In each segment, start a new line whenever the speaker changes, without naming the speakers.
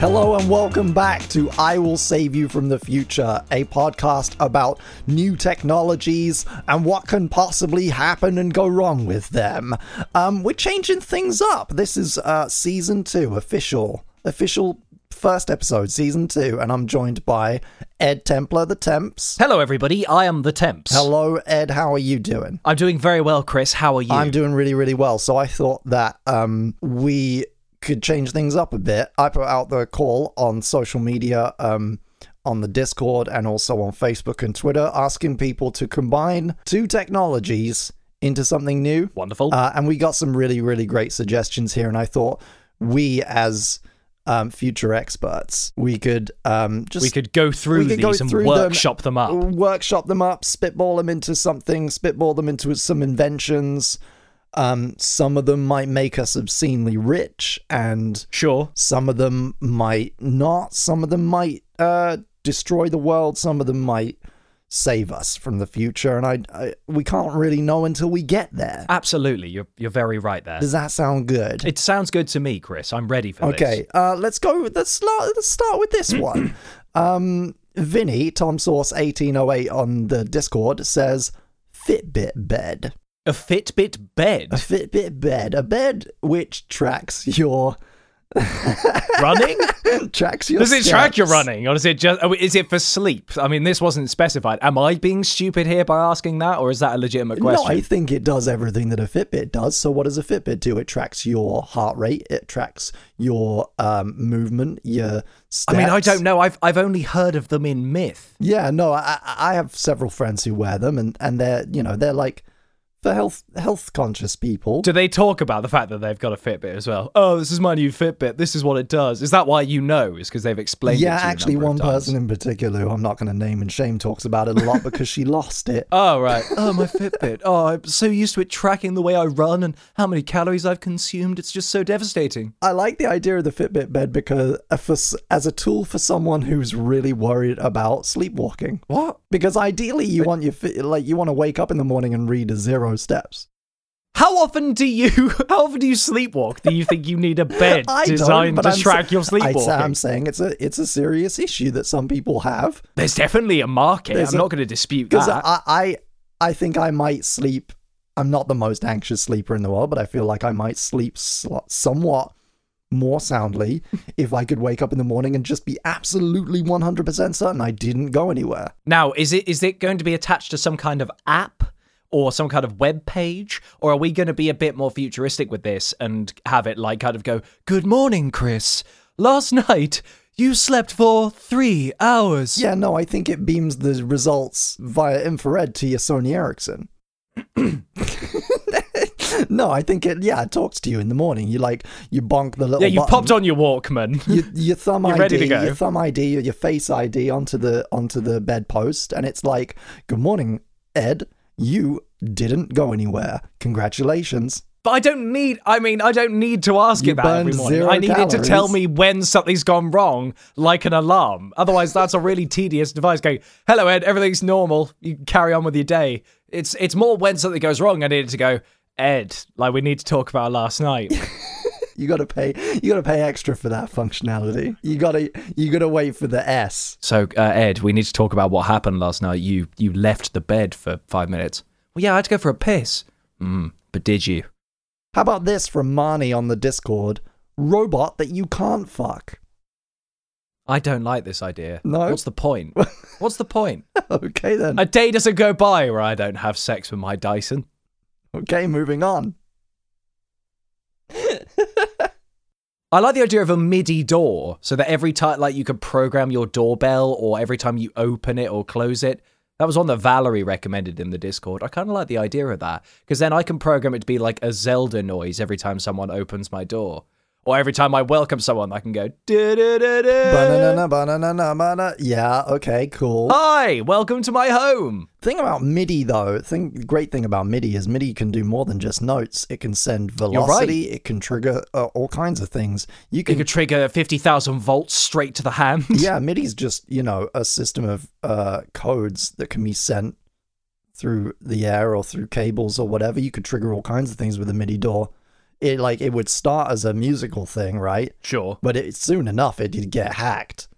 Hello and welcome back to I Will Save You from the Future, a podcast about new technologies and what can possibly happen and go wrong with them. Um, we're changing things up. This is uh, season two, official, official first episode, season two, and I'm joined by Ed Templar, the Temps.
Hello, everybody. I am the Temps.
Hello, Ed. How are you doing?
I'm doing very well, Chris. How are you?
I'm doing really, really well. So I thought that um, we could change things up a bit. I put out the call on social media, um, on the Discord, and also on Facebook and Twitter, asking people to combine two technologies into something new.
Wonderful.
Uh, and we got some really, really great suggestions here. And I thought we, as um, future experts, we could um, just
we could go
we
through
could
these
go
and
through them-
workshop them, up.
workshop them up, spitball them into something, spitball them into some inventions. Um, some of them might make us obscenely rich, and
Sure.
some of them might not. Some of them might uh, destroy the world. Some of them might save us from the future. And I, I we can't really know until we get there.
Uh, Absolutely. You're, you're very right there.
Does that sound good?
It sounds good to me, Chris. I'm ready for this.
Okay, uh, let's go. with- Let's start. Let's start with this one. Um, Vinny Tom Source eighteen oh eight on the Discord says Fitbit bed.
A Fitbit
A
bed.
Fitbit bed, a bed which tracks your
running?
tracks your.
Does it track your
steps.
running? Or is it just, oh, is it for sleep? I mean, this wasn't specified. Am I being stupid here by asking that, or is that a legitimate
No,
question?
I think it does everything that a Fitbit does. So what does a Fitbit do? It tracks your heart rate. It tracks your um, movement. Your.
I
Steps.
mean, I don't know. I've, I've only heard of them in myth.
Yeah, no, I I I have several friends who wear them, and and they're you know they're like for health health conscious people.
Do they talk about the fact that they've got a Fitbit as well? Oh, this is my new Fitbit. This is what it does. Is that why you know? Is because they've explained
yeah,
it to you a
actually,
number of
one
times.
person in particular who I'm not going to name and shame talks about it a lot because she lost it.
Oh, right. Oh, my Fitbit. Oh, I'm so used to it tracking the way I run and how many calories I've consumed. It's just so devastating.
I like the idea of the Fitbit bed because uh, for, s- as a tool for someone who's really worried about sleepwalking.
What?
Because ideally, you want your fi- like you want to wake up in the morning and read zero steps.
How often do you how often do you sleepwalk? Do you think you need a bed
I don't,
designed
but
to
I'm sa-
track your
I-
sleepwalking?
I'm saying it's a it's a serious issue that some people have.
There's definitely a market.
There's
I'm
a-
not going to dispute
because
that.
I, I I think I might sleep. I'm not the most anxious sleeper in the world, but I feel like I might sleep sl- somewhat more soundly if I could wake up in the morning and just be absolutely 100% certain I didn't go anywhere.
Now, is it is it going to be attached to some kind of app or some kind of web page, or are we going to be a bit more futuristic with this and have it like kind of go, "Good morning, Chris. Last night you slept for three hours."
Yeah, no, I think it beams the results via infrared to your Sony Ericsson. no, I think it. Yeah, it talks to you in the morning. You like you bonk the little.
yeah. You
button.
popped on your Walkman.
your, your thumb
You're
ID,
ready to go.
your thumb ID, or your face ID onto the onto the bedpost, and it's like, "Good morning, Ed. You didn't go anywhere. Congratulations."
But I don't need. I mean, I don't need to ask
You
it that every
burned
morning.
zero
I need it to tell
calories.
me when something's gone wrong, like an alarm. Otherwise, that's a really tedious device. Going, hello Ed, everything's normal. You can carry on with your day. It's it's more when something goes wrong. I need it to go, Ed. Like we need to talk about last night.
You gotta pay. You gotta pay extra for that functionality. You gotta. You gotta wait for the S.
so uh, Ed, we need to talk about what happened last night. You you left the bed for five minutes. Well, yeah, I had to go for a piss. Mm, but did you?
How about this from Marnie on the Discord? Robot that you can't fuck.
I don't like this idea.
No.
What's the point? What's the point?
okay then.
A day doesn't go by where I don't have sex with my Dyson.
Okay, moving on.
I like the idea of a MIDI door, so that every time, like, you could program your doorbell, or every time you open it or close it. That was one that Valerie recommended in the Discord. I kind of like the idea of that because then I can program it to be like a Zelda noise every time someone opens my door, or every time I welcome someone, I can go. "Du-du-du-du."
Banana, banana, banana. Yeah. Okay. Cool.
Hi, welcome to my home.
Thing about MIDI though, thing great thing about MIDI is MIDI can do more than just notes. It can send
right.
velocity. It can trigger uh, all kinds of things. You
You
can,
could trigger fifty thousand volts straight to the hand.
yeah, MIDI's just you know a system of uh, codes that can be sent through the air or through cables or whatever. You could trigger all kinds of things with a MIDI door. it like it would start as a musical thing, right?
Sure.
But it soon enough it did get hacked.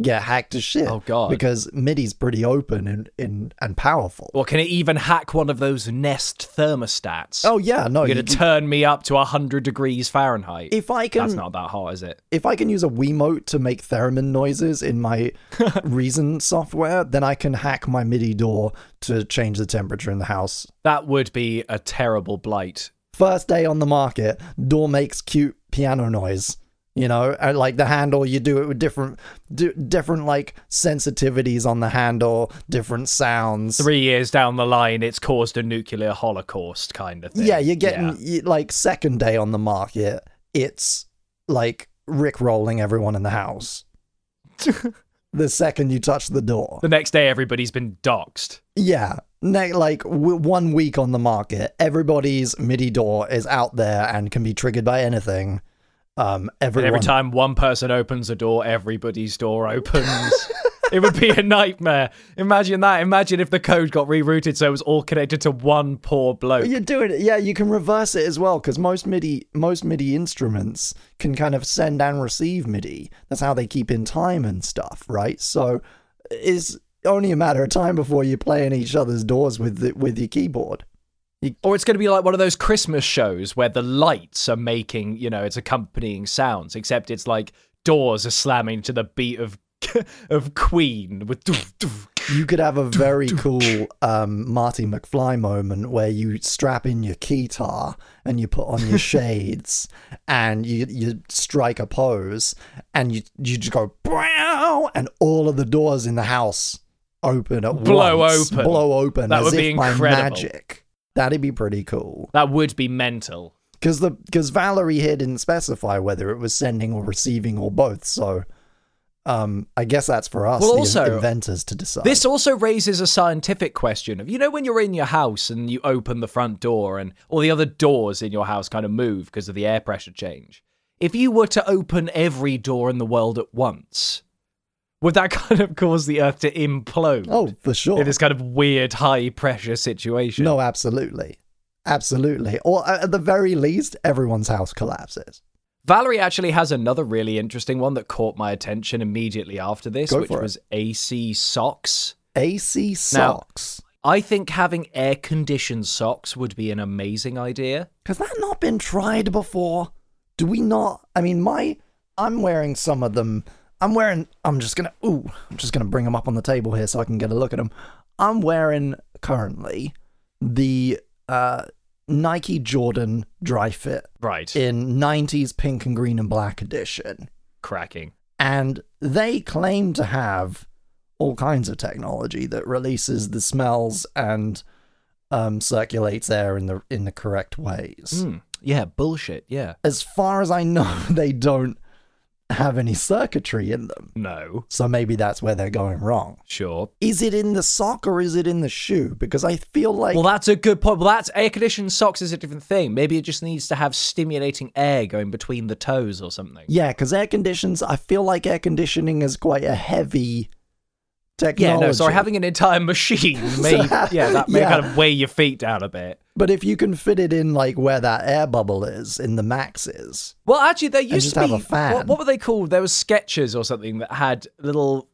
Get hacked as shit.
Oh, God.
Because MIDI's pretty open and and, and powerful.
Or can it even hack one of those Nest thermostats?
Oh yeah, no.
You're
you-
going to turn me up to 100 degrees Fahrenheit.
if I
That's
can
not that hot, is it?
if I can use a Wiimote to make theremin noises in my Reason software, then I can hack my MIDI door to change the temperature in the house.
That would be a terrible blight.
First day on the market, door makes cute piano noise. You know, and like the handle, you do it with different, d- different like sensitivities on the handle, different sounds.
Three years down the line, it's caused a nuclear holocaust kind of thing.
Yeah, you're getting
Yeah.
You, like second day on the market, it's like Rick rolling everyone in the house. the second you touch the door.
The next day, everybody's been doxxed.
Yeah. Ne- like w- one week on the market, everybody's MIDI door is out there and can be triggered by anything. Um,
And
everyone.
every time one person opens a door, everybody's door opens. it would be a nightmare. Imagine that. Imagine if the code got rerouted so it was all connected to one poor bloke.
You're doing it. Yeah, you can reverse it as well because most MIDI most MIDI instruments can kind of send and receive MIDI. That's how they keep in time and stuff, right? So it's only a matter of time before you're playing each other's doors with the, with your keyboard.
Or it's going to be like one of those Christmas shows where the lights are making, you know, it's accompanying sounds, except it's like doors are slamming to the beat of of Queen with doof, doof.
You could have a very cool um, Marty McFly moment where you strap in your keytar and you put on your shades and you you strike a pose and you you just go "Brow," and all of the doors in the house open at
Blow
once,
open.
blow open
That
as
would
if
be
by
incredible.
magic. That'd be pretty cool
That would be mental.
because the because Valerie here didn't specify whether it was sending or receiving or both, so. Um, I guess that's for us,
Well,
the
also,
inventors, to decide.
This also raises a scientific question of you know when you're in your house and you open the front door and all the other doors in your house kind of move because of the air pressure change. If you were to open every door in the world at once, would that kind of cause the earth to implode?
oh, for sure.
in this kind of weird high pressure situation.
No, absolutely. Absolutely. Or uh, at the very least, everyone's house collapses.
Valerie actually has another really interesting one that caught my attention immediately after this,
Go
which
for it.
was AC socks.
AC socks.
I think having air conditioned socks would be an amazing idea.
Has that not been tried before? Do we not? I mean, my. I'm wearing some of them. I'm wearing. I'm just gonna. Ooh, I'm just gonna bring them up on the table here so I can get a look at them. I'm wearing currently the uh, Nike Jordan Dry Fit
Right.
in 90s pink and green and black edition.
Cracking.
and they claim to have all kinds of technology that releases the smells and um, circulates air in the in the correct ways.
Mm. Yeah, bullshit. Yeah.
As far as I know, they don't have any circuitry in them,
No.
so maybe that's where they're going wrong.
Sure.
Is it in the sock or is it in the shoe? Because I feel like
Well, that's a good point. Well, that's air conditioned socks is a different thing. Maybe it just needs to have stimulating air going between the toes or something.
yeah, because air conditions. I feel like air conditioning is quite a heavy
Yeah,
technology.
no, sorry. Having an entire machine may, yeah, that may
Yeah.
kind of weigh your feet down a bit.
But if you can fit it in like where that air bubble is in the maxes,
Well, actually, there used
just
to
have
be
a fan.
What, what were they called? There was sketches or something that had little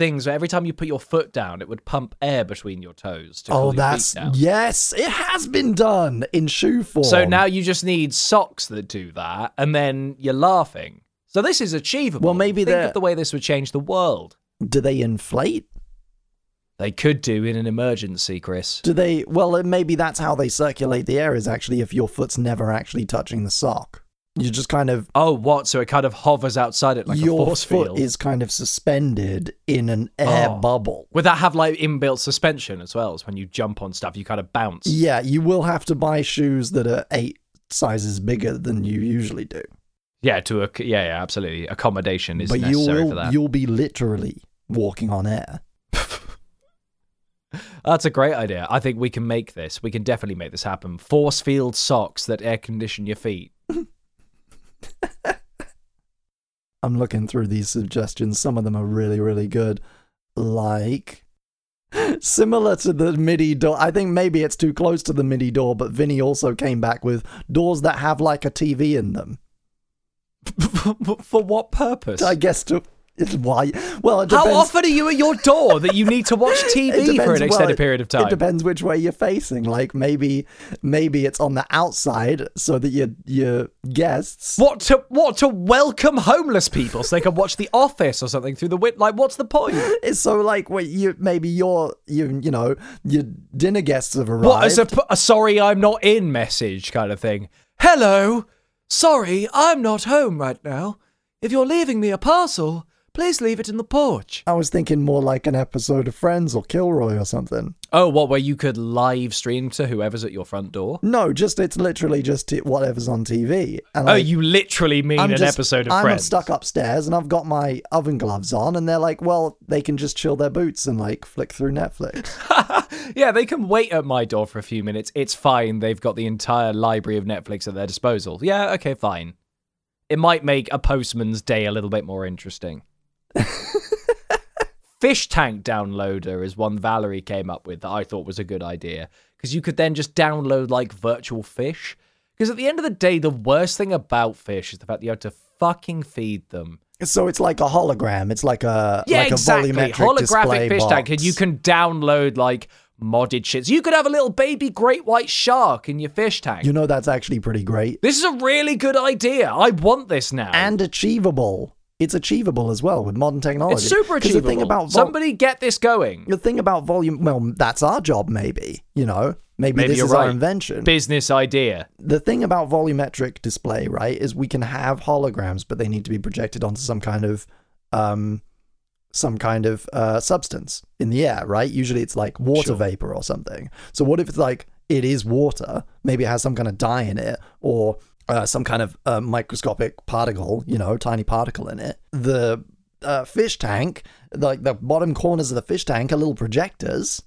things where every time you put your foot down, it would pump air between your toes. To cool
oh,
your feet
that's
down.
yes, it has been done in shoe form.
So now you just need socks that do that, and then you're laughing. So this is achievable.
Well, maybe
think
they're-
of the way this would change the world.
do they inflate?
They could do in an emergency, Chris.
Do they? Well, it- maybe that's how they circulate the air. Is actually if your foot's never actually touching the sock, you just kind of
Oh, what? So it kind of hovers outside it like a
your
force
foot
field.
is kind of suspended in an air
Oh.
bubble.
Would that have like inbuilt suspension as well? As when you jump on stuff, you kind of bounce.
Yeah, you will have to buy shoes that are eight sizes bigger than you usually do.
Yeah, to a yeah, yeah, absolutely. Accommodation is
but you
necessary for
will
that.
you'll be literally walking on air.
That's a great idea. I think we can make this. We can definitely make this happen. Force field socks that air condition your feet.
I'm looking through these suggestions. Some of them are really, really good. Like Similar to the MIDI door, I think maybe it's too close to the MIDI door, but Vinny also came back with doors that have like a TV in them.
For what purpose?
I guess to it's why. Well, it depends.
How often are you at your door that you need to watch
It
TV for
depends-
an extended
well,
period of
It
time?
depends which way you're facing. Like maybe, maybe it's on the outside so that your your guests.
What to what to welcome homeless people so they can watch The Office or something through the window? Like, what's the point?
It's so like what you maybe your you you know your dinner guests have arrived.
What as a, p- a sorry I'm not in message kind of thing? Hello, sorry I'm not home right now. If you're leaving me a parcel, please leave it in the porch.
I was thinking more like an episode of Friends or Kilroy or something.
Oh, what where you could live stream to whoever's at your front door?
No, just it's literally just t- whatever's on TV. And
Oh,
like,
you literally mean an
just-
episode of
I'm
Friends.
stuck upstairs and I've got my oven gloves on, and they're like, well, they can just chill their boots and like flick through Netflix.
Yeah, they can wait at my door for a few minutes. It's fine. They've got the entire library of Netflix at their disposal. Yeah, okay, fine. It might make a postman's day a little bit more interesting. Fish tank downloader is one Valerie came up with that I thought was a good idea because you could then just download like virtual fish. Because at the end of the day, the worst thing about fish is the fact that you have to fucking feed them.
So it's like a hologram. It's like a
Yeah,
like
exactly.
a volumetric display
Holographic fish
box.
tank, and you can download like modded shits. You could have a little baby great white shark in your fish tank.
You know that's actually pretty great
this is a really good idea. I want this now.
and achievable. It's achievable as well with modern technology.
it's super
'Cause
achievable.
The thing about vol-
Somebody get this going.
the thing about volume. Well, that's our job. Maybe you know. Maybe,
Maybe
this
you're
is
right.
our invention.
Business idea.
the thing about volumetric display, right, is we can have holograms, but they need to be projected onto some kind of, um, some kind of uh, substance in the air, right? Usually, it's like water
Sure.
vapor or something. So, what if it's like it is water? Maybe it has some kind of dye in it, or uh, some kind of uh, microscopic particle, you know, tiny particle in it. The uh, fish tank, like the bottom corners of the fish tank, are little projectors,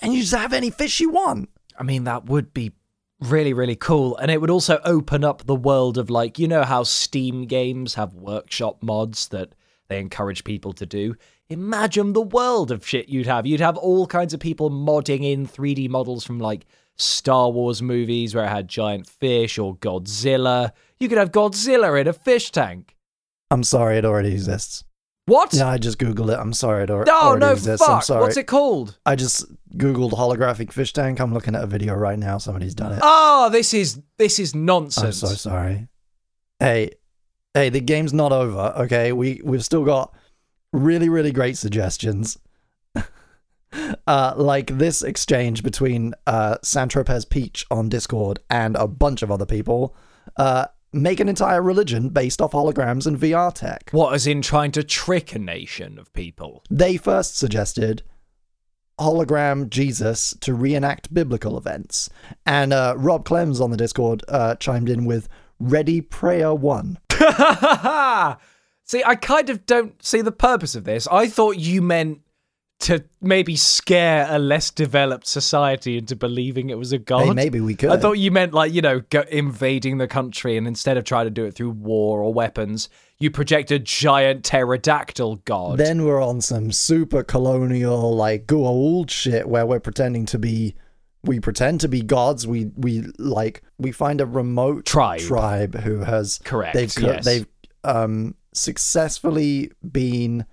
and you just have any fish you want.
I mean, that would be really, really cool. And it would also open up the world of like, you know, how Steam games have workshop mods that they encourage people to do. Imagine the world of shit you'd have. You'd have all kinds of people modding in 3D models from like Star Wars movies where it had giant fish or Godzilla. You could have Godzilla in a fish tank.
I'm sorry, it already exists.
What?
No, I just googled it. I'm sorry. It al-
no,
already
no,
exists. I'm
fuck.
sorry.
What's it called?
I just googled holographic fish tank. I'm looking at a video right now. Somebody's done it.
Oh, this is this is
I'm
nonsense.
so sorry. Hey, hey, the game's not over. Okay, we we've still got really really great suggestions. Uh, like this exchange between uh, Santropez Peach on Discord and a bunch of other people. Uh, make an entire religion based off holograms and VR tech.
What, as in trying to trick a nation of people?
They first suggested hologram Jesus to reenact biblical events. And uh, Rob Clems on the Discord uh, chimed in with Ready Prayer One.
see, I kind of don't see the purpose of this. I thought you meant to maybe scare a less developed society into believing it was a god.
Hey, maybe we could.
Oh, I thought you meant like you know go invading the country, and instead of trying to do it through war or weapons, you project a giant pterodactyl god.
then we're on some super colonial, like Goa'uld shit where we're pretending to be. We pretend to be gods. We we like we find a remote
Tribe.
tribe who has
Correct,
They've co-
yes.
they've um, successfully been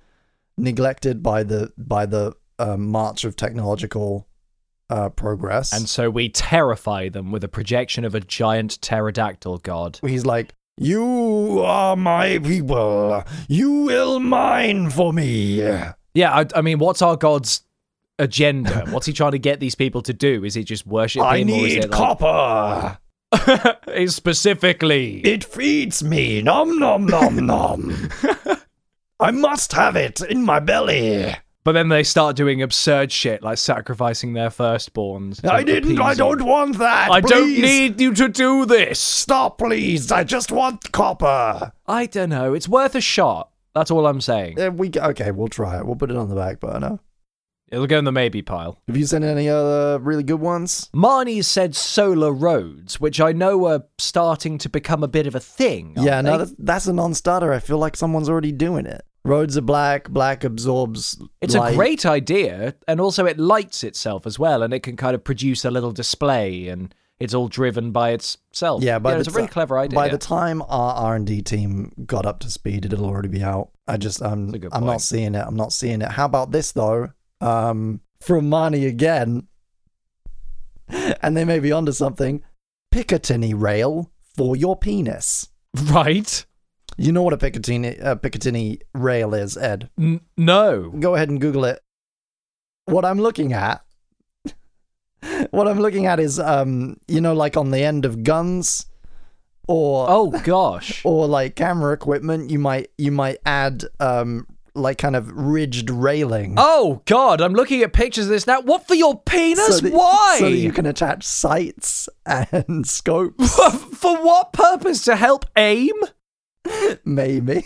neglected by the by the um, march of technological uh, progress.
and so we terrify them with a projection of a giant pterodactyl god.
he's like, "You are my people. You will mine for me."
Yeah, I, I mean, what's our god's agenda? what's he trying to get these people to do? Is it just worship
I
him, or is
need
it like,
copper.
Is specifically.
It feeds me. Nom nom nom nom. I must have it in my belly.
But then they start doing absurd shit like sacrificing their firstborns. to
I didn't. I
appease
don't
you.
want that.
I don't
please.
need you to do this.
Stop, please. I just want copper.
I don't know. It's worth a shot. That's all I'm saying.
Uh, we okay. We'll try it. We'll put it on the back burner.
It'll go in the maybe pile.
Have you seen any other really good ones?
Marnie said solar roads, which I know are starting to become a bit of a thing. aren't
yeah, no,
they?
that's, that's a non-starter. I feel like someone's already doing it. Roads are black. Black absorbs.
It's
light.
a great idea, and also it lights itself as well, and it can kind of produce a little display, and it's all driven by itself.
Yeah, by
You know,
the
it's a really
ti-
clever idea.
By the time our R and D team got up to speed, it'll already be out. I just I'm
a good
I'm
point.
not seeing it. I'm not seeing it. How about this though? Um, from Marnie again, and they may be onto something. Picatinny rail for your penis.
right?
You know what a Picatinny uh, Picatinny rail is, Ed?
N- no.
Go ahead and Google it. What I'm looking at. What I'm looking at is, um, you know, like on the end of guns, or
Oh gosh.
or like camera equipment you might you might add um like kind of ridged railing
Oh god, I'm looking at pictures of this now. What for your penis?
so that-
Why?
so that you can attach sights and scopes
for what purpose? To help aim?
maybe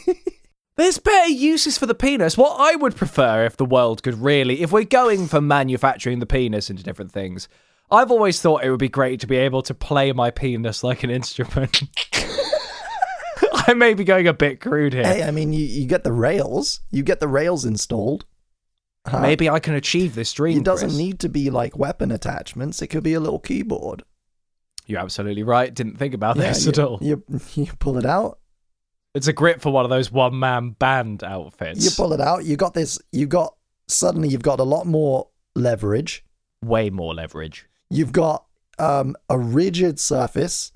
There's better uses for the penis. What I would prefer if the world could really, if we're going for manufacturing the penis into different things, I've always thought it would be great to be able to play my penis like an instrument. I may be going a bit crude here.
hey i mean you, you get the rails you get the rails installed huh?
Maybe I can achieve this dream.
uh, it doesn't
Chris.
need to be like weapon attachments it could be a little keyboard
You're absolutely right. Didn't think about
Yeah,
this
you,
at all.
you you pull it out
It's a grip for one of those one man band outfits.
you pull it out you got this you got suddenly you've got a lot more leverage
Way more leverage.
You've got um, a rigid surface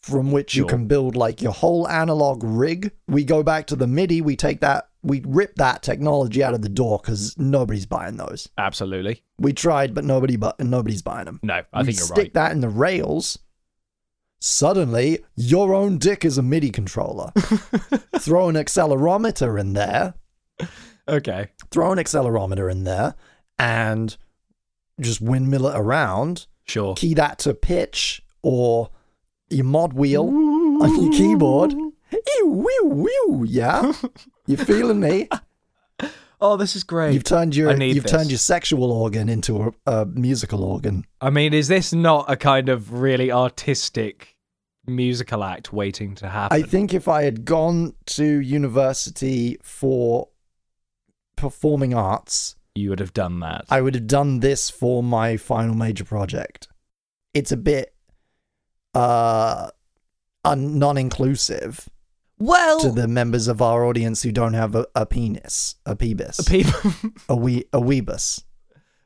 from which you
Sure.
can build like your whole analog rig. We go back to the MIDI, we take that, we rip that technology out of the door because nobody's buying those.
Absolutely.
We tried, but nobody, but nobody's buying them.
No, I
you
think you're
stick
right.
that in the rails. Suddenly, your own dick is a MIDI controller. throw an accelerometer in there,
Okay.
throw an accelerometer in there, and just windmill it around
Sure.
key that to pitch or your mod wheel on your keyboard. Ew, ew, ew, yeah, you feeling me?
Oh, this is great.
You've turned your
I need
you've
this.
turned your sexual organ into a, a musical organ.
I mean, is this not a kind of really artistic musical act waiting to happen?
I think if I had gone to university for performing arts,
you would have done that.
I would have done this for my final major project. It's a bit uh un- non-inclusive.
well,
to the members of our audience who don't have a, a penis, a pebis, a,
people,
wee, a weebus,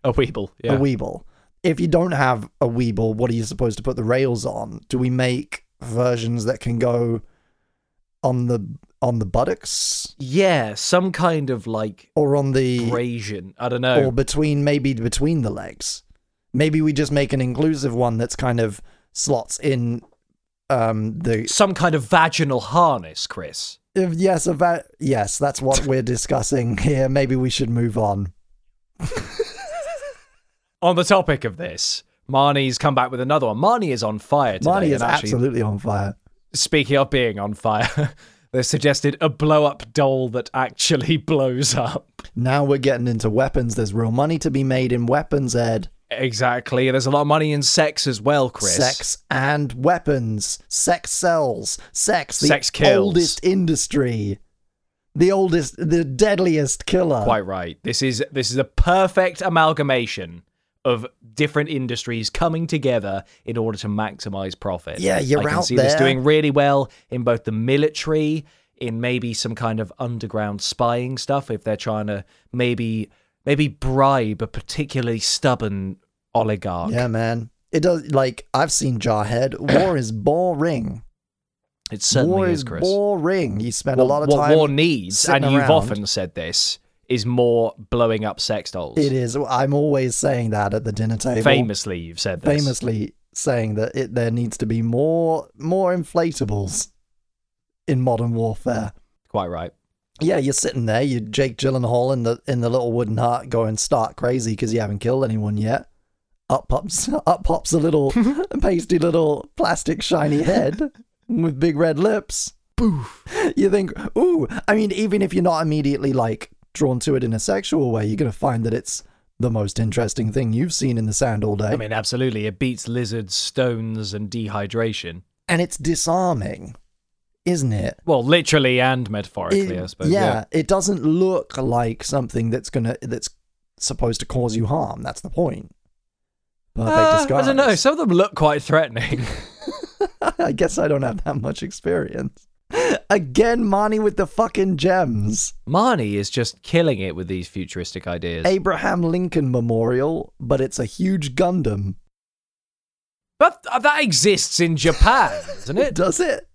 a weeble. Yeah.
a weeble. If you don't have a weeble, what are you supposed to put the rails on? Do we make versions that can go on the on the buttocks
yeah, some kind of like
or on the
abrasion. I don't know.
or between maybe between the legs? Maybe we just make an inclusive one that's kind of slots in um the
some kind of vaginal harness, Chris.
If yes, about yes, that's what we're discussing here. Maybe we should move on.
On the topic of this, Marnie's come back with another one. Marnie is on fire today.
Marnie is
and actually,
absolutely on fire.
speaking of being on fire, they suggested a blow up doll that actually blows up.
Now we're getting into weapons. There's real money to be made in weapons, Ed.
Exactly. There's a lot of money in sex as well, Chris.
Sex and weapons. Sex sells. Sex, the
Sex kills.
oldest industry. The oldest, the deadliest killer.
Quite right. This is this is a perfect amalgamation of different industries coming together in order to maximize profit.
Yeah, you're
I can
out
see this
there.
doing really well in both the military, in maybe some kind of underground spying stuff if they're trying to maybe maybe bribe a particularly stubborn oligarch.
Yeah, man. It does, like, I've seen Jarhead. War is boring.
It certainly
war
is,
is
Chris.
boring. You spend a
What-
lot of
what
time.
war needs,
sitting
and you've
around.
often said this, is more blowing up sex dolls.
It is. I'm always saying that at the dinner table.
Famously, you've said this.
famously saying that it, there needs to be more more inflatables in modern warfare.
Quite right.
Yeah, you're sitting there, you Jake Gyllenhaal in the in the little wooden hut, going stark crazy because you haven't killed anyone yet. Up pops up pops a little pasty little plastic shiny head with big red lips. Boof. You think, ooh, I mean, even if you're not immediately like drawn to it in a sexual way, you're gonna find that it's the most interesting thing you've seen in the sand all day.
I mean, absolutely. It beats lizards, stones, and dehydration.
and it's disarming. isn't it?
Well, literally and metaphorically,
It-
I suppose.
yeah, it doesn't look like something that's gonna that's supposed to cause you harm. That's the point. But they
Uh, I
disguise.
don't know. Some of them look quite threatening.
I guess I don't have that much experience. Again, Marnie with the fucking gems.
Marnie is just killing it with these futuristic ideas.
Abraham Lincoln Memorial, but it's a huge Gundam.
But th- that exists in Japan, doesn't it?
Does it?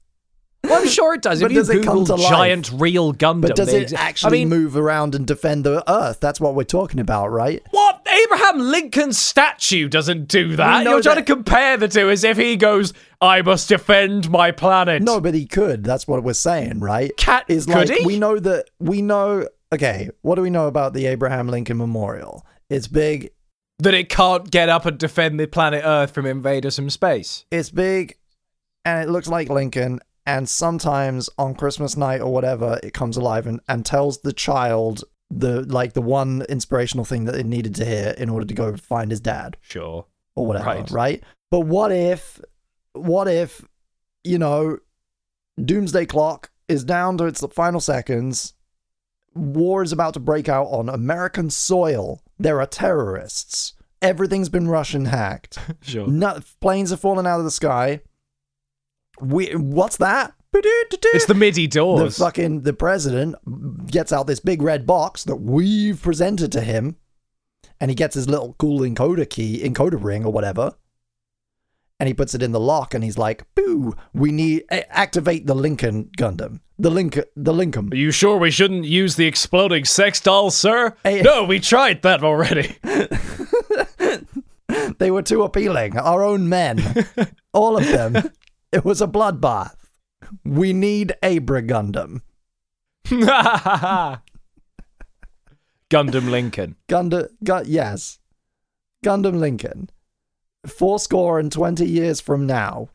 Well, I'm sure it does.
But
if you
does it come
Google
to life?
giant real Gundam,
But does
they
it
exi-
actually
I mean,
move around and defend the Earth? That's what we're talking about, right?
what Abraham Lincoln's statue doesn't do that.
know
You're trying
that-
to compare the two as if he goes, "I must defend my planet."
No, but he could. That's what we're saying, right?
Cat-
is
could
like
he?
we know that we know. Okay, what do we know about the Abraham Lincoln Memorial? It's big.
that it can't get up and defend the planet Earth from invaders from space.
It's big, and it looks like Lincoln. And sometimes on Christmas night or whatever, it comes alive and, and tells the child the like the one inspirational thing that it needed to hear in order to go find his dad.
Sure.
or whatever, right.
Right.
But what if, what if, you know, doomsday clock is down to its final seconds. War is about to break out on American soil. There are terrorists. Everything's been Russian hacked.
Sure.
No, planes are falling out of the sky. We, what's that?
It's the MIDI
the
doors.
fucking the president gets out this big red box that we've presented to him, and he gets his little cool encoder key, encoder ring or whatever, and he puts it in the lock, and he's like, "Boo! We need a- activate the Lincoln Gundam, the Lincoln, the Lincoln."
Are you sure we shouldn't use the exploding sex doll, sir?
Hey-
No, we tried that already.
They were too appealing. Our own men, all of them. It was a bloodbath. We need Abra Gundam.
Gundam Lincoln.
Gundam, gu- yes, Gundam Lincoln. Fourscore and twenty years from now,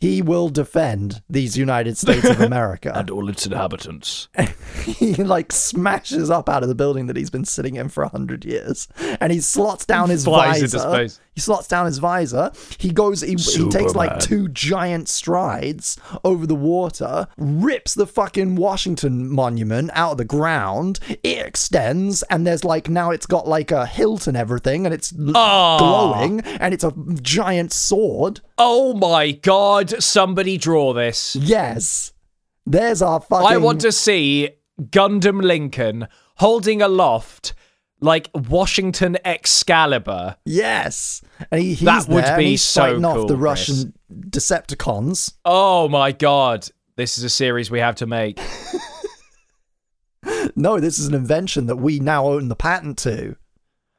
he will defend these United States of America.
all its inhabitants.
he like smashes up out of the building that he's been sitting in for a hundred years, and he slots down his
Flies into
visor.
space.
He slots down his visor. He goes. He, he takes like
Superman.
two giant strides over the water, rips the fucking Washington Monument out of the ground. It extends, and there's like now it's got like a hilt and everything, and it's l-
Ah.
glowing, and it's a giant sword.
Oh my god, somebody draw this.
Yes, there's our fucking.
I want to see Gundam Lincoln holding aloft like Washington Excalibur.
Yes, and he, he's
That would
there, and
be
he's
so
fighting off
cool,
the
Chris.
Russian Decepticons.
Oh my god, this is a series we have to make.
No, this is an invention that we now own the patent to.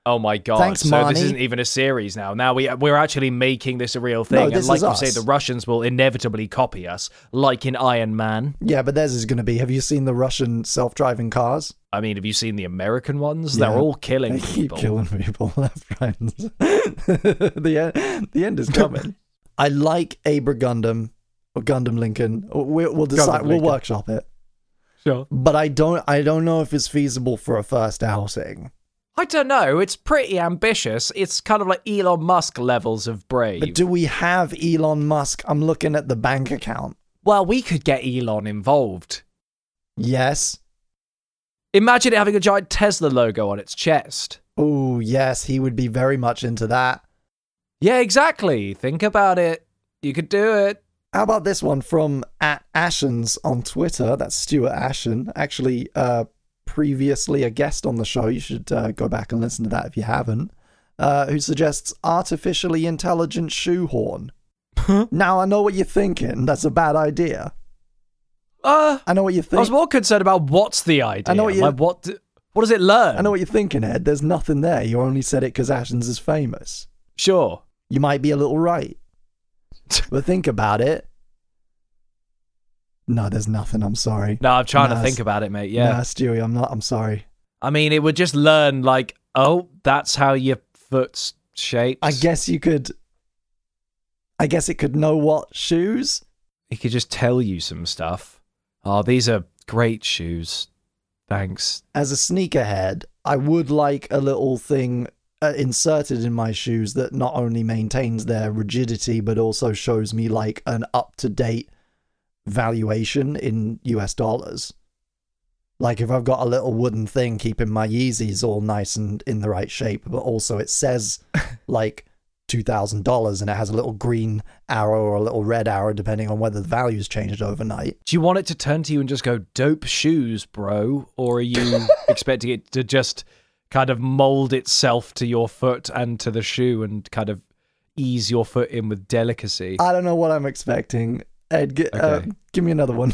Oh my god!
Thanks,
so
Marnie.
this isn't even a series now. Now we we're actually making this a real thing,
this
and like
is
you
us.
say, the Russians will inevitably copy us, like in Iron Man.
Yeah, but theirs is going to be. Have you seen the Russian self-driving cars?
I mean, have you seen the American ones?
Yeah.
They're all killing
They keep
people.
killing people left, right, and center. the end, the end is coming. I like Abra Gundam or Gundam Lincoln. We, we'll decide. We'll
Lincoln.
workshop it.
Sure.
But I don't. I don't know if it's feasible for a first outing.
I don't know. It's pretty ambitious. It's kind of like Elon Musk levels of brave.
But do we have Elon Musk? I'm looking at the bank account.
well, we could get Elon involved.
Yes.
Imagine it having a giant Tesla logo on its chest.
Oh, yes, he would be very much into that.
Yeah, exactly. Think about it. You could do it.
How about this one from at Ashens on Twitter? That's Stuart Ashen, actually uh, previously a guest on the show. You should uh, go back and listen to that if you haven't. Uh, who suggests artificially intelligent shoehorn? now I know what you're thinking. That's a bad idea.
Uh,
I know what you're
I was
thinking.
more concerned about what's the idea.
I know what you-
like, what, d- what does it learn?
I know what you're thinking, Ed. There's nothing there. You only said it because Ashens is famous.
Sure.
You might be a little right. But think about it. No, there's nothing. I'm sorry.
No, I'm trying
Nah,
to think
s-
about it, mate. Yeah.
Nah, Stewie, I'm not. I'm sorry.
I mean, it would just learn, like, oh, that's how your foot's shaped.
I guess you could. I guess it could know what shoes.
It could just tell you some stuff. Oh, these are great shoes. Thanks.
As a sneakerhead, I would like a little thing uh, inserted in my shoes that not only maintains their rigidity but also shows me like an up to date valuation in US dollars. Like if I've got a little wooden thing keeping my Yeezys all nice and in the right shape, but also it says like two thousand dollars and it has a little green arrow or a little red arrow depending on whether the value's changed overnight.
Do you want it to turn to you and just go, dope shoes, bro? Or are you expecting it to just kind of mold itself to your foot and to the shoe and kind of ease your foot in with delicacy?
I don't know what I'm expecting. Ed, gi- uh,
Okay.
give me another one.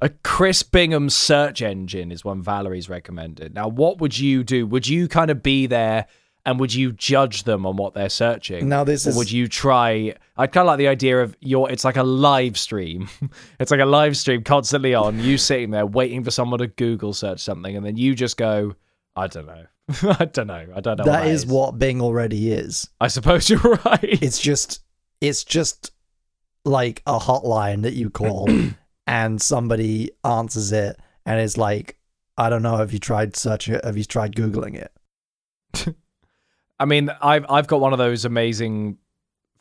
A Chris Bingham search engine is one Valerie's recommended. Now, what would you do? Would you kind of be there and would you judge them on what they're searching?
Now this
or
is-
would you try? I'd kind of like the idea of your. It's like a live stream. it's like a live stream constantly on. You sitting there waiting for someone to Google search something, and then you just go, "I don't know. I don't know. I don't know."
that is what Bing already is.
I suppose you're right.
It's just it's just like a hotline that you call and somebody answers it and is like, I don't know, have you tried searching it? Have you tried Googling it?
I mean, I've I've got one of those amazing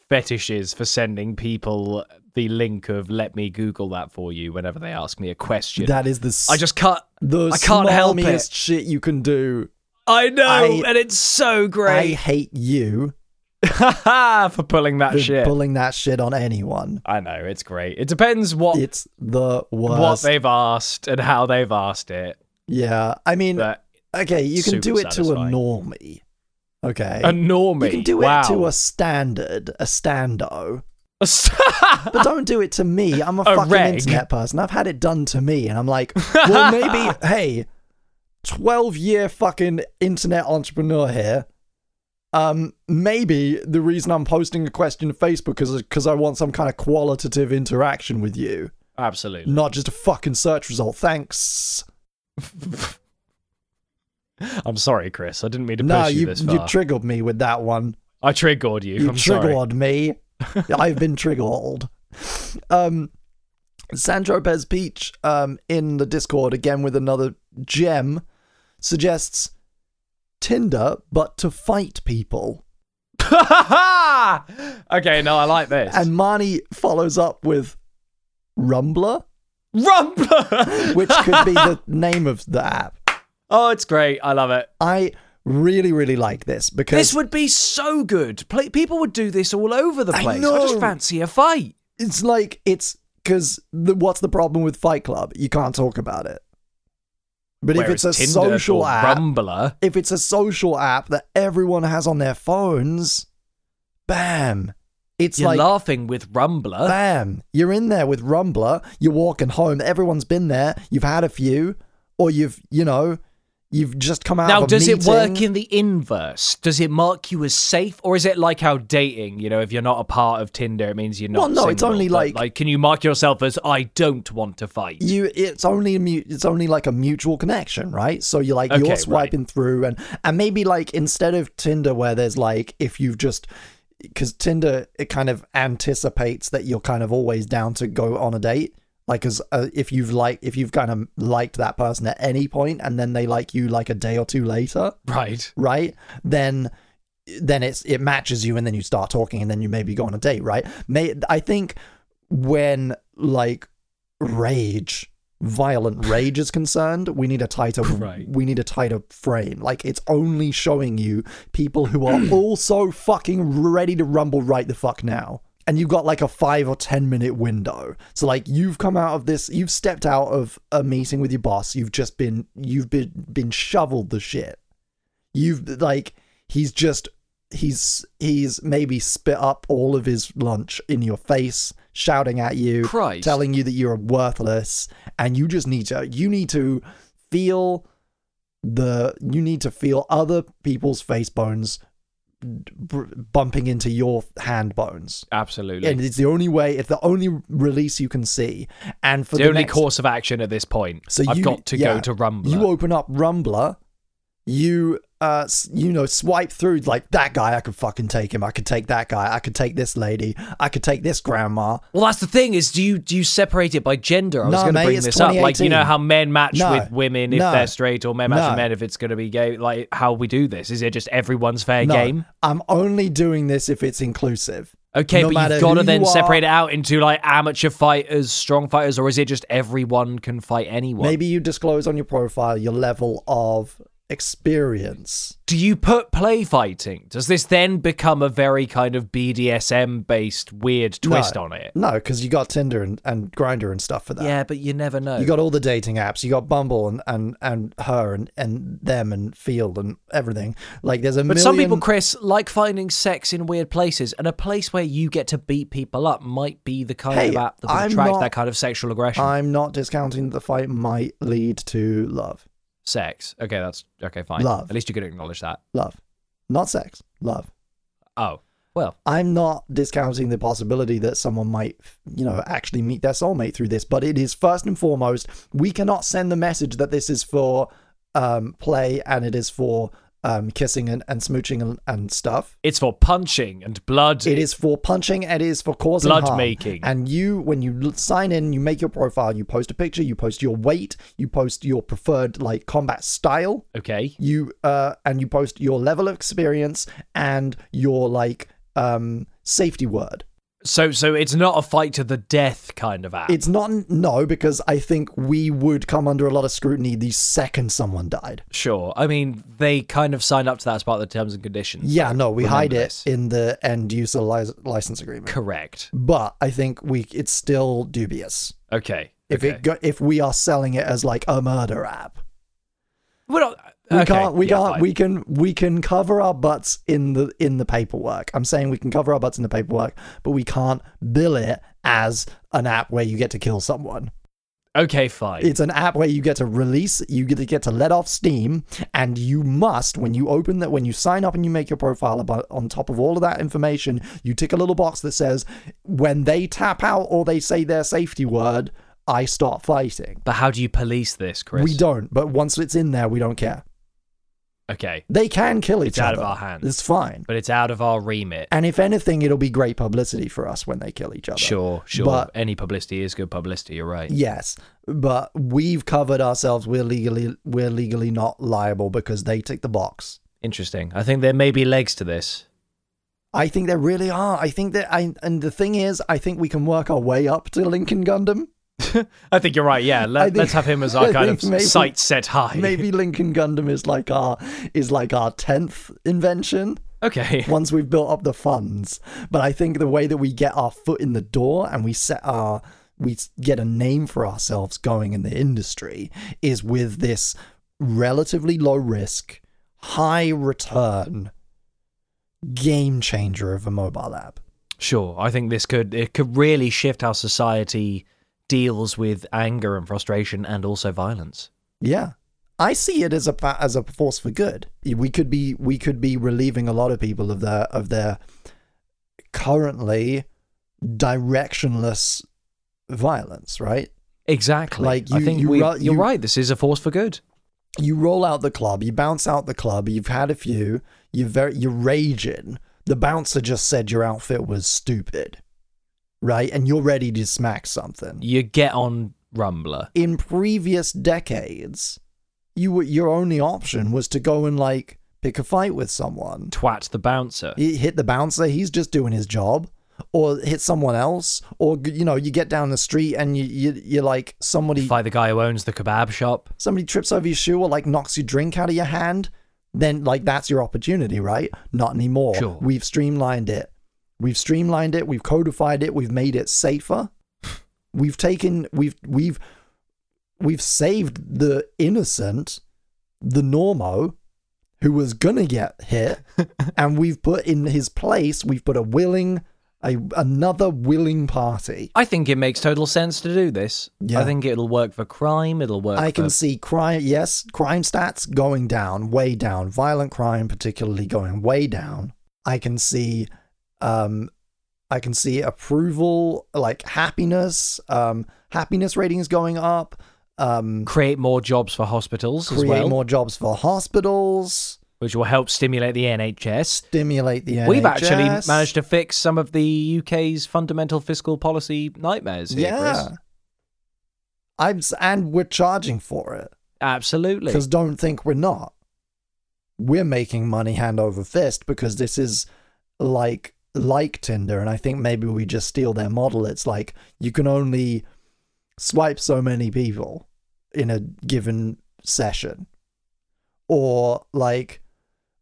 fetishes for sending people the link of "Let me Google that for you" whenever they ask me a question.
That is the s-
I just can't.
the
I can't help it.
smarmiest shit you can do.
I know,
I-
and it's so
I
great
hate you
for pulling that
for
shit.
pulling that shit on anyone.
I know it's great. It depends what
It's the
Oh. what
worst.
they've asked and how they've asked it.
yeah, I mean,
But
okay, you can
super
do it to a
satisfying.
normie. Okay,
enormous.
you can do it
wow.
to a standard, a stando,
a st-
but don't do it to me. I'm a,
A
fucking
reg.
internet person. I've had it done to me, and I'm like, well, maybe, hey, twelve year fucking internet entrepreneur here. Um, maybe the reason I'm posting a question to Facebook is because I want some kind of qualitative interaction with you.
Absolutely.
not just a fucking search result. Thanks.
I'm sorry, Chris. I didn't mean to push
No,
you,
you
this
you,
far.
triggered me with that one.
I triggered you.
You
I'm sorry.
triggered me. I've been triggered. Um, Sandro Bez Peach um, in the Discord again with another gem suggests Tinder, but to fight people.
okay, no, I like this.
And Marnie follows up with Rumbler,
Rumbler!
which could be the name of the app.
oh, it's great. I love it.
I really really like this because
This would be so good. Pla people would do this all over the
I
place. I, just
know.
fancy a fight.
it's like it's because the, what's the problem with Fight Club? You can't talk about it. But if
Whereas
it's a
Tinder
social
for
app,
Rumbler.
if it's a social app that everyone has on their phones, bam, it's
You're
like
laughing with Rumbler.
bam, you're in there with Rumbler. You're walking home. Everyone's been there. You've had a few, or you've you know, you've just come out.
now,
of a
does it work
meeting.
in the inverse? Does it mark you as safe, or is it like how dating? You know, if you're not a part of Tinder, it means you're not.
Well, no, it's
single,
only
but,
like-
like, can you mark yourself as I don't want to fight?
you it's only a mu- it's only like a mutual connection right so you're like
Okay,
you're
right.
swiping through and and maybe like instead of tinder where there's like if you've just because tinder it kind of anticipates that you're kind of always down to go on a date like as uh, if you've like if you've kind of liked that person at any point and then they like you like a day or two later
right.
right then then it's it matches you and then you start talking and then you maybe go on a date right May, i think when like rage violent rage is concerned we need a tighter
Right.
we need a tighter frame like it's only showing you people who are also fucking ready to rumble right the fuck now and you've got like a five or ten minute window so like you've come out of this you've stepped out of a meeting with your boss you've just been you've been been shoveled the shit you've like he's just he's he's maybe spit up all of his lunch in your face shouting at you
Christ.
telling you that you're worthless and you just need to you need to feel the you need to feel other people's face bones b- bumping into your hand bones
Absolutely.
and it's the only way it's the only release you can see and for
the,
the
only
next-
course of action at this point.
so
I've
you-
got to
yeah.
go to Rumbler.
You open up Rumbler, you uh s- you know swipe through like that guy. I could fucking take him. I could take that guy. I could take this lady. I could take this grandma.
well, that's the thing is, do you do you separate it by gender? I was
No,
going
mate,
to bring
it's
this up, like you
2018.
know how men match
No.
with women if
No.
they're straight, or men match
No.
with men if it's going to be gay. Like how we do this? Is it just everyone's fair
No,
game?
I'm only doing this if it's inclusive.
Okay,
No
but
matter
you've got to
who
then
you are-
separate it out into like amateur fighters, strong fighters, or is it just everyone can fight anyone?
Maybe you disclose on your profile your level of experience.
Do you put play fighting? Does this then become a very kind of BDSM based weird twist
No.
on it?
No, because you got Tinder and, and Grinder and stuff for that.
Yeah, but you never know.
You got all the dating apps. You got Bumble and and, and her and, and them and Field and everything. Like there's a
but
million.
some people, Chris, like finding sex in weird places, and a place where you get to beat people up might be the kind
Hey,
of app that would
I'm
attract
not-
that kind of sexual aggression.
I'm not discounting that the fight might lead to love.
Sex. Okay, that's okay, fine.
Love.
At least you could acknowledge that.
Love, not sex. Love.
Oh, well,
I'm not discounting the possibility that someone might, you know, actually meet their soulmate through this, but it is first and foremost, we cannot send the message that this is for um, play and it is for um, kissing and, and smooching and, and stuff.
it's for punching and blood.
It is for punching. It is for causing
Blood
harm.
making.
And you, when you l- sign in, you make your profile, you post a picture, you post your weight, you post your preferred like combat style,
okay.
you uh, and you post your level of experience and your like um, safety word.
So so it's not a fight to the death kind of app.
It's not no because I think we would come under a lot of scrutiny the second someone died.
Sure. I mean, they kind of signed up to that as part of the terms and conditions.
Yeah, no, we
Remember
hide
this.
it in the end user li- license agreement.
Correct.
But I think we it's still dubious
Okay.
if
okay.
it go- if we are selling it as like a murder app.
We're not-
We
uh, okay,
can't we
yeah,
can't
fine.
we can we can cover our butts in the in the paperwork. I'm saying we can cover our butts in the paperwork, but we can't bill it as an app where you get to kill someone.
Okay, fine.
It's an app where you get to release, you get to get to let off steam, and you must, when you open that, when you sign up and you make your profile, about on top of all of that information, you tick a little box that says, when they tap out or they say their safety word, I stop fighting.
but how do you police this, Chris?
We don't, but once it's in there, we don't care.
Okay,
They can kill each
It's out of
other.
our hands.
It's fine.
but it's out of our remit.
And if anything, it'll be great publicity for us when they kill each other.
Sure, sure.
But-
Any publicity is good publicity. You're right.
Yes, but we've covered ourselves. We're legally we're legally not liable because they tick the box.
Interesting. I think there may be legs to this.
I think there really are. I think that I and the thing is, I think we can work our way up to Lincoln Gundam.
I think you're right. Yeah,
I
Let,
think-
let's have him as our
I
kind
think
of
maybe-
sight set high.
Maybe Lincoln Gundam is like our is like our tenth invention
Okay.
once we've built up the funds. But I think the way that we get our foot in the door and we set our we s- get a name for ourselves going in the industry is with this relatively low risk, high return game changer of a mobile app.
Sure. I think this could it could really shift how society deals with anger and frustration and also violence.
Yeah. I see it as a pa- as a force for good. We could be we could be relieving a lot of people of their of their currently directionless violence, right?
Exactly.
Like,
I
you-
think
you
we,
ru-
you're
you-
right. This is a force for good.
You roll out the club, you bounce out the club, you've had a few, you're very you're raging. The bouncer just said your outfit was stupid. Right? And you're ready to smack something.
You get on Rumbler.
in previous decades, you were, your only option was to go and like pick a fight with someone.
Twat the bouncer.
He- Hit the bouncer, he's just doing his job, or hit someone else, or you know, you get down the street and you you you're like somebody
Fight the guy who owns the kebab shop.
somebody trips over your shoe or like knocks your drink out of your hand, then like that's your opportunity, right? Not anymore.
Sure.
We've streamlined it. We've streamlined it, we've codified it, we've made it safer. We've taken we've we've we've saved the innocent, the normo who was gonna get hit, and we've put in his place, we've put a willing a, another willing party.
I think it makes total sense to do this.
Yeah.
I think it'll work for crime. It'll work.
I can
for-
see crime, yes, crime stats going down, way down. Violent crime, particularly, going way down. I can see, um, I can see approval, like happiness, um, happiness ratings going up. Um,
create more jobs for hospitals as
create
well,
more jobs for hospitals.
which will help stimulate the NHS.
Stimulate the
We've actually
NHS.
managed to fix some of the UK's fundamental fiscal policy nightmares here,
yeah.
Chris.
I'm s- and we're charging for it.
Absolutely.
Because don't think we're not. We're making money hand over fist because this is like like Tinder, and I think maybe we just steal their model. It's like you can only swipe so many people in a given session, or like,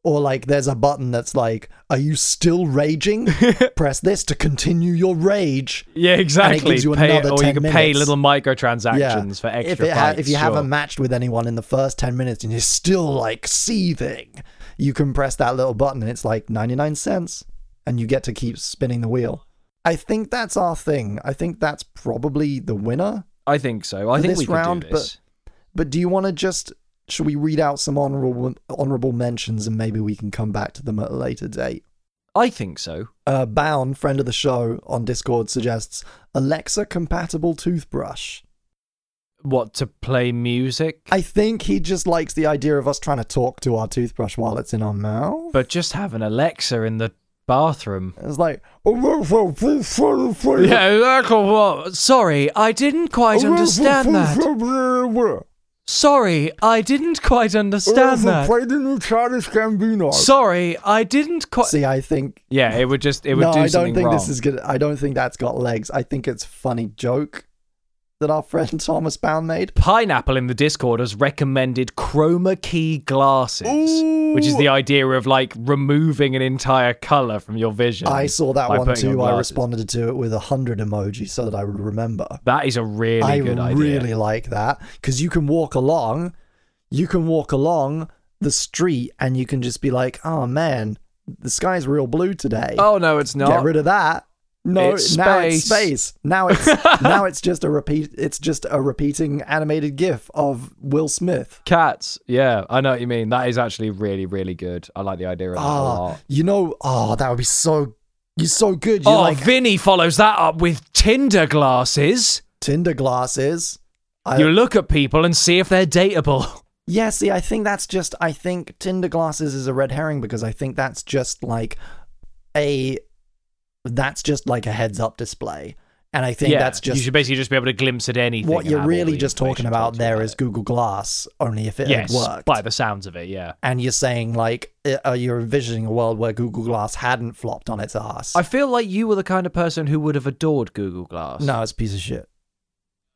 or like there's a button that's like, "Are you still raging? Press this to continue your rage."
Yeah, exactly.
gives you
pay,
another
or
10
you can pay
minutes.
little microtransactions for extra
if, it ha-
fights,
if you
sure.
haven't matched with anyone in the first 10 minutes and you're still like seething you can press that little button and it's like 99 cents and you get to keep spinning the wheel i think that's our thing i think that's probably the winner
I think so. I
for
think
this
we can
round,
do
but-
this.
but do you want to just should we read out some honorable honorable mentions and maybe we can come back to them at a later date
I think so.
uh, Bound, friend of the show on Discord, suggests Alexa compatible toothbrush.
What to play music,
I think he just likes the idea of us trying to talk to our toothbrush while it's in our mouth.
but just have an Alexa in the bathroom.
It's like, yeah,
Yeah, exactly. What? Sorry, I didn't quite understand that. Sorry, I didn't quite understand that.
Play the new Childish Gambino.
Sorry, I didn't quite.
See, I think
Yeah, it would just it would
no,
do
I don't
something
think
wrong.
this is good. I don't think that's got legs. I think it's a funny joke that our friend Thomas Bound made.
Pineapple in the Discord has recommended chroma key glasses, which is the idea of like removing an entire color from your vision.
I saw that
by
one
putting on
too. I
glasses.
responded to it with a hundred emoji so that I would remember.
That is a really
I
good idea.
really like that because you can walk along, you can walk along the street, and you can just be like, "Oh man, the sky's real blue today."
Oh no, it's not.
Get rid of that. No,
It's
now it's
space.
space. Now it's now it's just a repeat. It's just a repeating animated GIF of Will Smith.
Cats. Yeah, I know what you mean. That is actually really, really good. I like the idea of that a
Ah,
lot.
you know, oh, that would be so. You're so good. You're
Oh,
like
Vinny follows that up with Tinder glasses.
Tinder glasses. I-
you look at people and see if they're dateable.
Yeah, see, I think that's just. I think Tinder glasses is a red herring because I think that's just like a. That's just like a heads up display. And I think
yeah,
that's
you
just.
should basically just be able to glimpse at anything.
What
and
you're
have all
really
the
just talking
information
about
told to you
there
about
is
it.
Google Glass, only if it
yes,
had worked.
by the sounds of it, yeah.
and you're saying, like, uh, you're envisioning a world where Google Glass hadn't flopped on its ass.
I feel like you were the kind of person who would have adored Google Glass.
no, it's a piece of shit.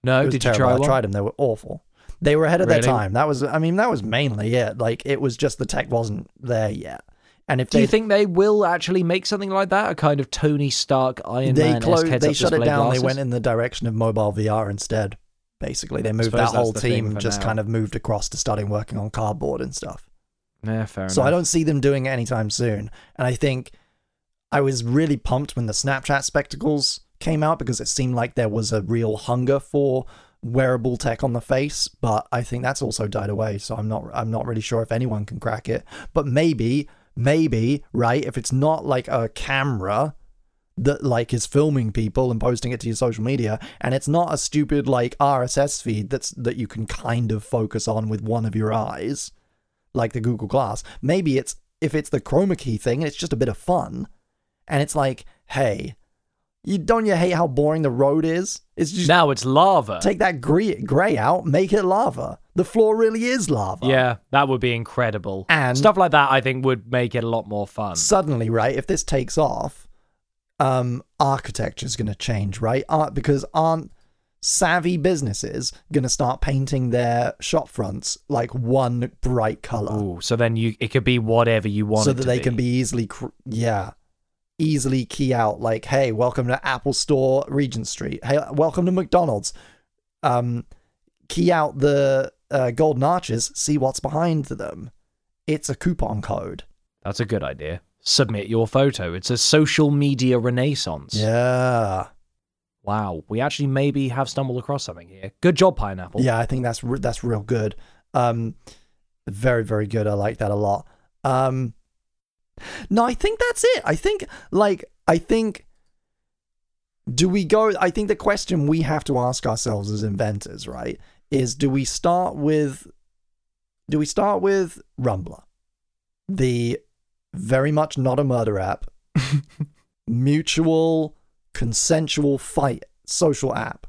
no.
It was
Oh, Did
terrible.
you try
I
one?
tried them. They were awful. They were ahead of
Really?
their time. That was, I mean, that was mainly it. Like, it was just the tech wasn't there yet. And if
Do
they
you think they will actually make something like that? A kind of Tony Stark Iron
they
Man
closed.
heads
They
up
shut it
display
down.
Glasses?
They went in the direction of mobile VR instead. Basically, they moved
suppose
that
that's
whole
the thing
team
for
just
now.
kind of moved across to starting working on cardboard and stuff.
Yeah, fair
so
enough.
I don't see them doing it anytime soon. And I think I was really pumped when the Snapchat spectacles came out because it seemed like there was a real hunger for wearable tech on the face. But I think that's also died away. So I'm not. I'm not really sure if anyone can crack it. But maybe, maybe right if it's not like a camera that like is filming people and posting it to your social media and it's not a stupid like RSS feed that's that you can kind of focus on with one of your eyes like the Google Glass maybe it's if it's the chroma key thing and it's just a bit of fun and it's like hey you don't you hate how boring the road is it's just
Now it's lava.
take that gray, gray out make it lava the floor really is lava
Yeah, that would be incredible.
And-
stuff like that, I think, would make it a lot more fun.
suddenly, right, if this takes off, um, architecture's going to change, right? Art because aren't savvy businesses going to start painting their shop fronts like one bright color
Ooh, so then you it could be whatever you want.
so
it
that
to
they can be easily, cr- yeah, easily key out like, hey, welcome to Apple Store, Regent Street. Hey, welcome to McDonald's. Um, key out the uh, golden arches, see what's behind them. It's a coupon code.
That's a good idea. Submit your photo. It's a social media renaissance.
Yeah.
Wow, we actually maybe have stumbled across something here. Good job, pineapple.
Yeah, I think that's re- that's real good. Um, very very good. I like that a lot. Um, no, I think that's it. I think like I think. Do we go? I think the question we have to ask ourselves as inventors, right, is do we start with, do we start with Rumbler, the very much not a murder app, mutual consensual fight social app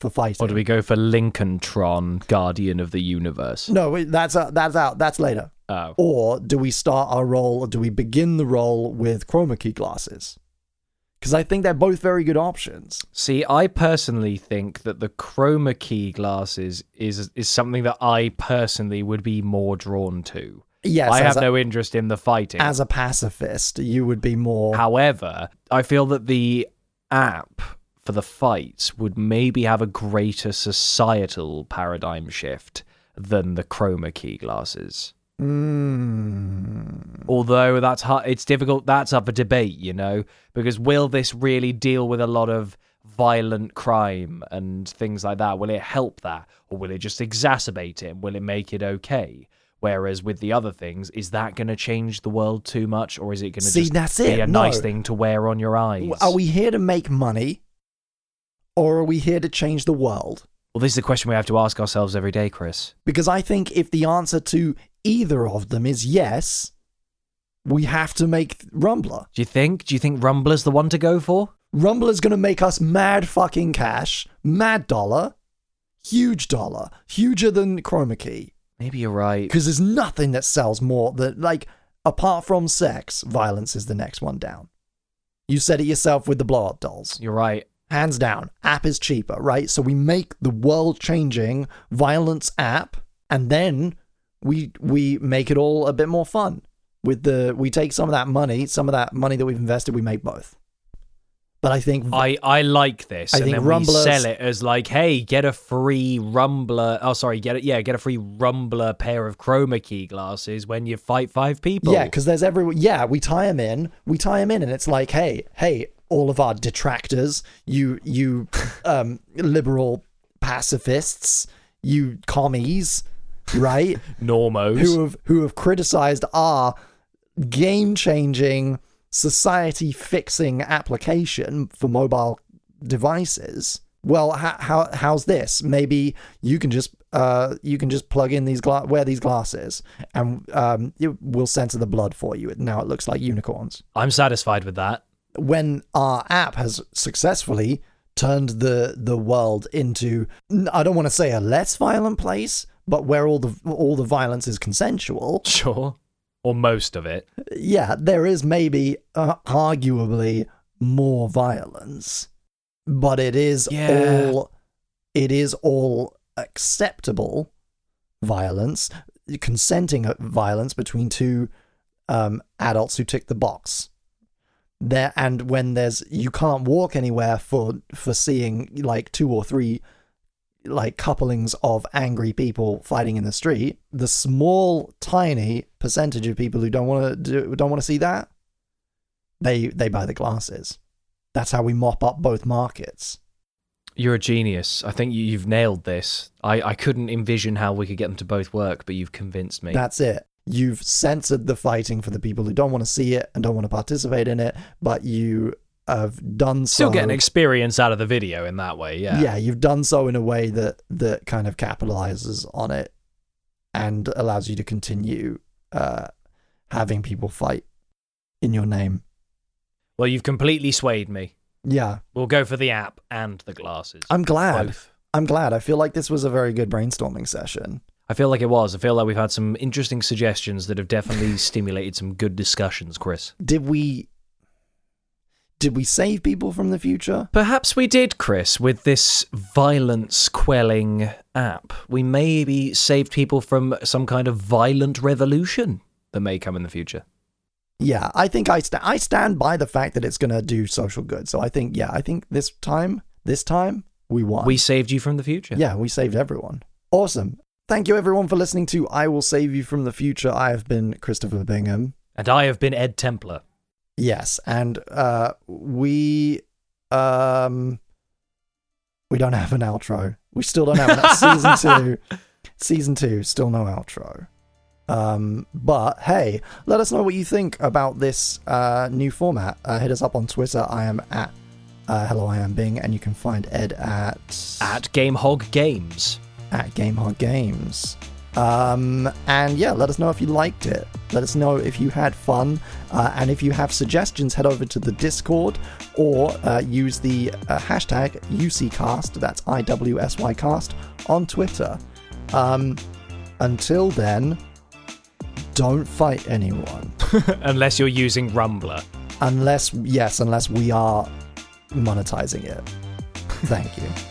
for fighting,
Or do we go for Lincoln Tron, Guardian of the Universe?
No, wait, that's uh, that's out. That's later.
Oh,
Or do we start our role? Or do we begin the role with chroma key glasses? because I think they're both very good options.
See, I personally think that the chroma key glasses is is something that I personally would be more drawn to.
Yes,
I
as
have
a,
no interest in the fighting.
as a pacifist, you would be more.
However, I feel that the app for the fights would maybe have a greater societal paradigm shift than the chroma key glasses.
Mm.
Although that's hard, it's difficult. That's up for debate, you know, because will this really deal with a lot of violent crime and things like that? Will it help that, or will it just exacerbate it? Will it make it okay? Whereas with the other things, is that going to change the world too much, or is it going to
See,
just
that's
be
it.
a
no.
nice thing to wear on your eyes?
W- Are we here to make money, or are we here to change the world?
Well, this is the question we have to ask ourselves every day, Chris.
Because I think if the answer to either of them is yes, we have to make Rumbler.
Do you think? Do you think Rumbler's the one to go for?
Rumbler's going to make us mad fucking cash, mad dollar, huge dollar, huger than chroma key.
Maybe you're right.
Because there's nothing that sells more than, like, apart from sex, violence is the next one down. You said it yourself with the blow up dolls.
You're right.
Hands down, app is cheaper, right? So we make the world changing violence app and then we we make it all a bit more fun. With the we take some of that money, some of that money that we've invested, we make both. But I think
I, I like this.
I
and
think
then
Rumbler's-
we sell it as like, hey, get a free Rumbler. Oh, sorry, get it. Yeah, get a free Rumbler pair of chroma key glasses when you fight five people.
Yeah, because there's everyone. Yeah, we tie him in. We tie him in, and it's like, hey, hey, all of our detractors, you, you, um, liberal pacifists, you commies, right?
normos.
who have who have criticised our game-changing, society-fixing application for mobile devices. Well, how, how how's this? Maybe you can just uh you can just plug in these gla- wear these glasses, and um it will censor the blood for you. Now it looks like unicorns.
I'm satisfied with that.
When our app has successfully turned the the world into n- I don't want to say a less violent place, but where all the all the violence is consensual.
Sure. Or most of it.
yeah, there is maybe uh, arguably more violence, but it is
Yeah.
all it is all acceptable violence, consenting uh, violence between two um, adults who tick the box. There and when there's you can't walk anywhere for for seeing like two or three like couplings of angry people fighting in the street, the small, tiny percentage of people who don't want to do, don't want to see that, they they buy the glasses. That's how we mop up both markets.
You're a genius. I think you, you've nailed this. I, I couldn't envision how we could get them to both work, but you've convinced me.
That's it. You've censored the fighting for the people who don't want to see it and don't want to participate in it, but you have done so.
Still get an experience out of the video in that way, yeah.
yeah, you've done so in a way that that kind of capitalizes on it and allows you to continue uh, having people fight in your name.
Well, you've completely swayed me.
Yeah,
We'll go for the app and the glasses.
I'm glad.
Both.
I'm glad. I feel like this was a very good brainstorming session.
I feel like it was. I feel like we've had some interesting suggestions that have definitely stimulated some good discussions, Chris.
Did we? Did we save people from the future?
Perhaps we did, Chris, with this violence quelling app. We maybe saved people from some kind of violent revolution that may come in the future.
Yeah, I think I sta- I stand by the fact that it's gonna do social good. So I think yeah, I think this time, this time we won.
We saved you from the future.
Yeah, we saved everyone. Awesome. Thank you, everyone, for listening to I Will Save You from the Future. I have been Christopher Bingham.
And I have been Ed Templar.
Yes, and uh, we um, we don't have an outro. We still don't have an season two. Season two, still no outro. Um, but hey, let us know what you think about this uh, new format. Uh, hit us up on Twitter. I am at uh, hello, I am Bing, and you can find Ed at
At Gamehog Games.
at GameHog Games. Um, and yeah, let us know if you liked it. Let us know if you had fun. Uh, and if you have suggestions, head over to the Discord or uh, use the uh, hashtag UCCast, that's IWSYcast, on Twitter. Um, until then, don't fight anyone.
Unless you're using Rumbler.
Unless, yes, unless we are monetizing it. Thank you.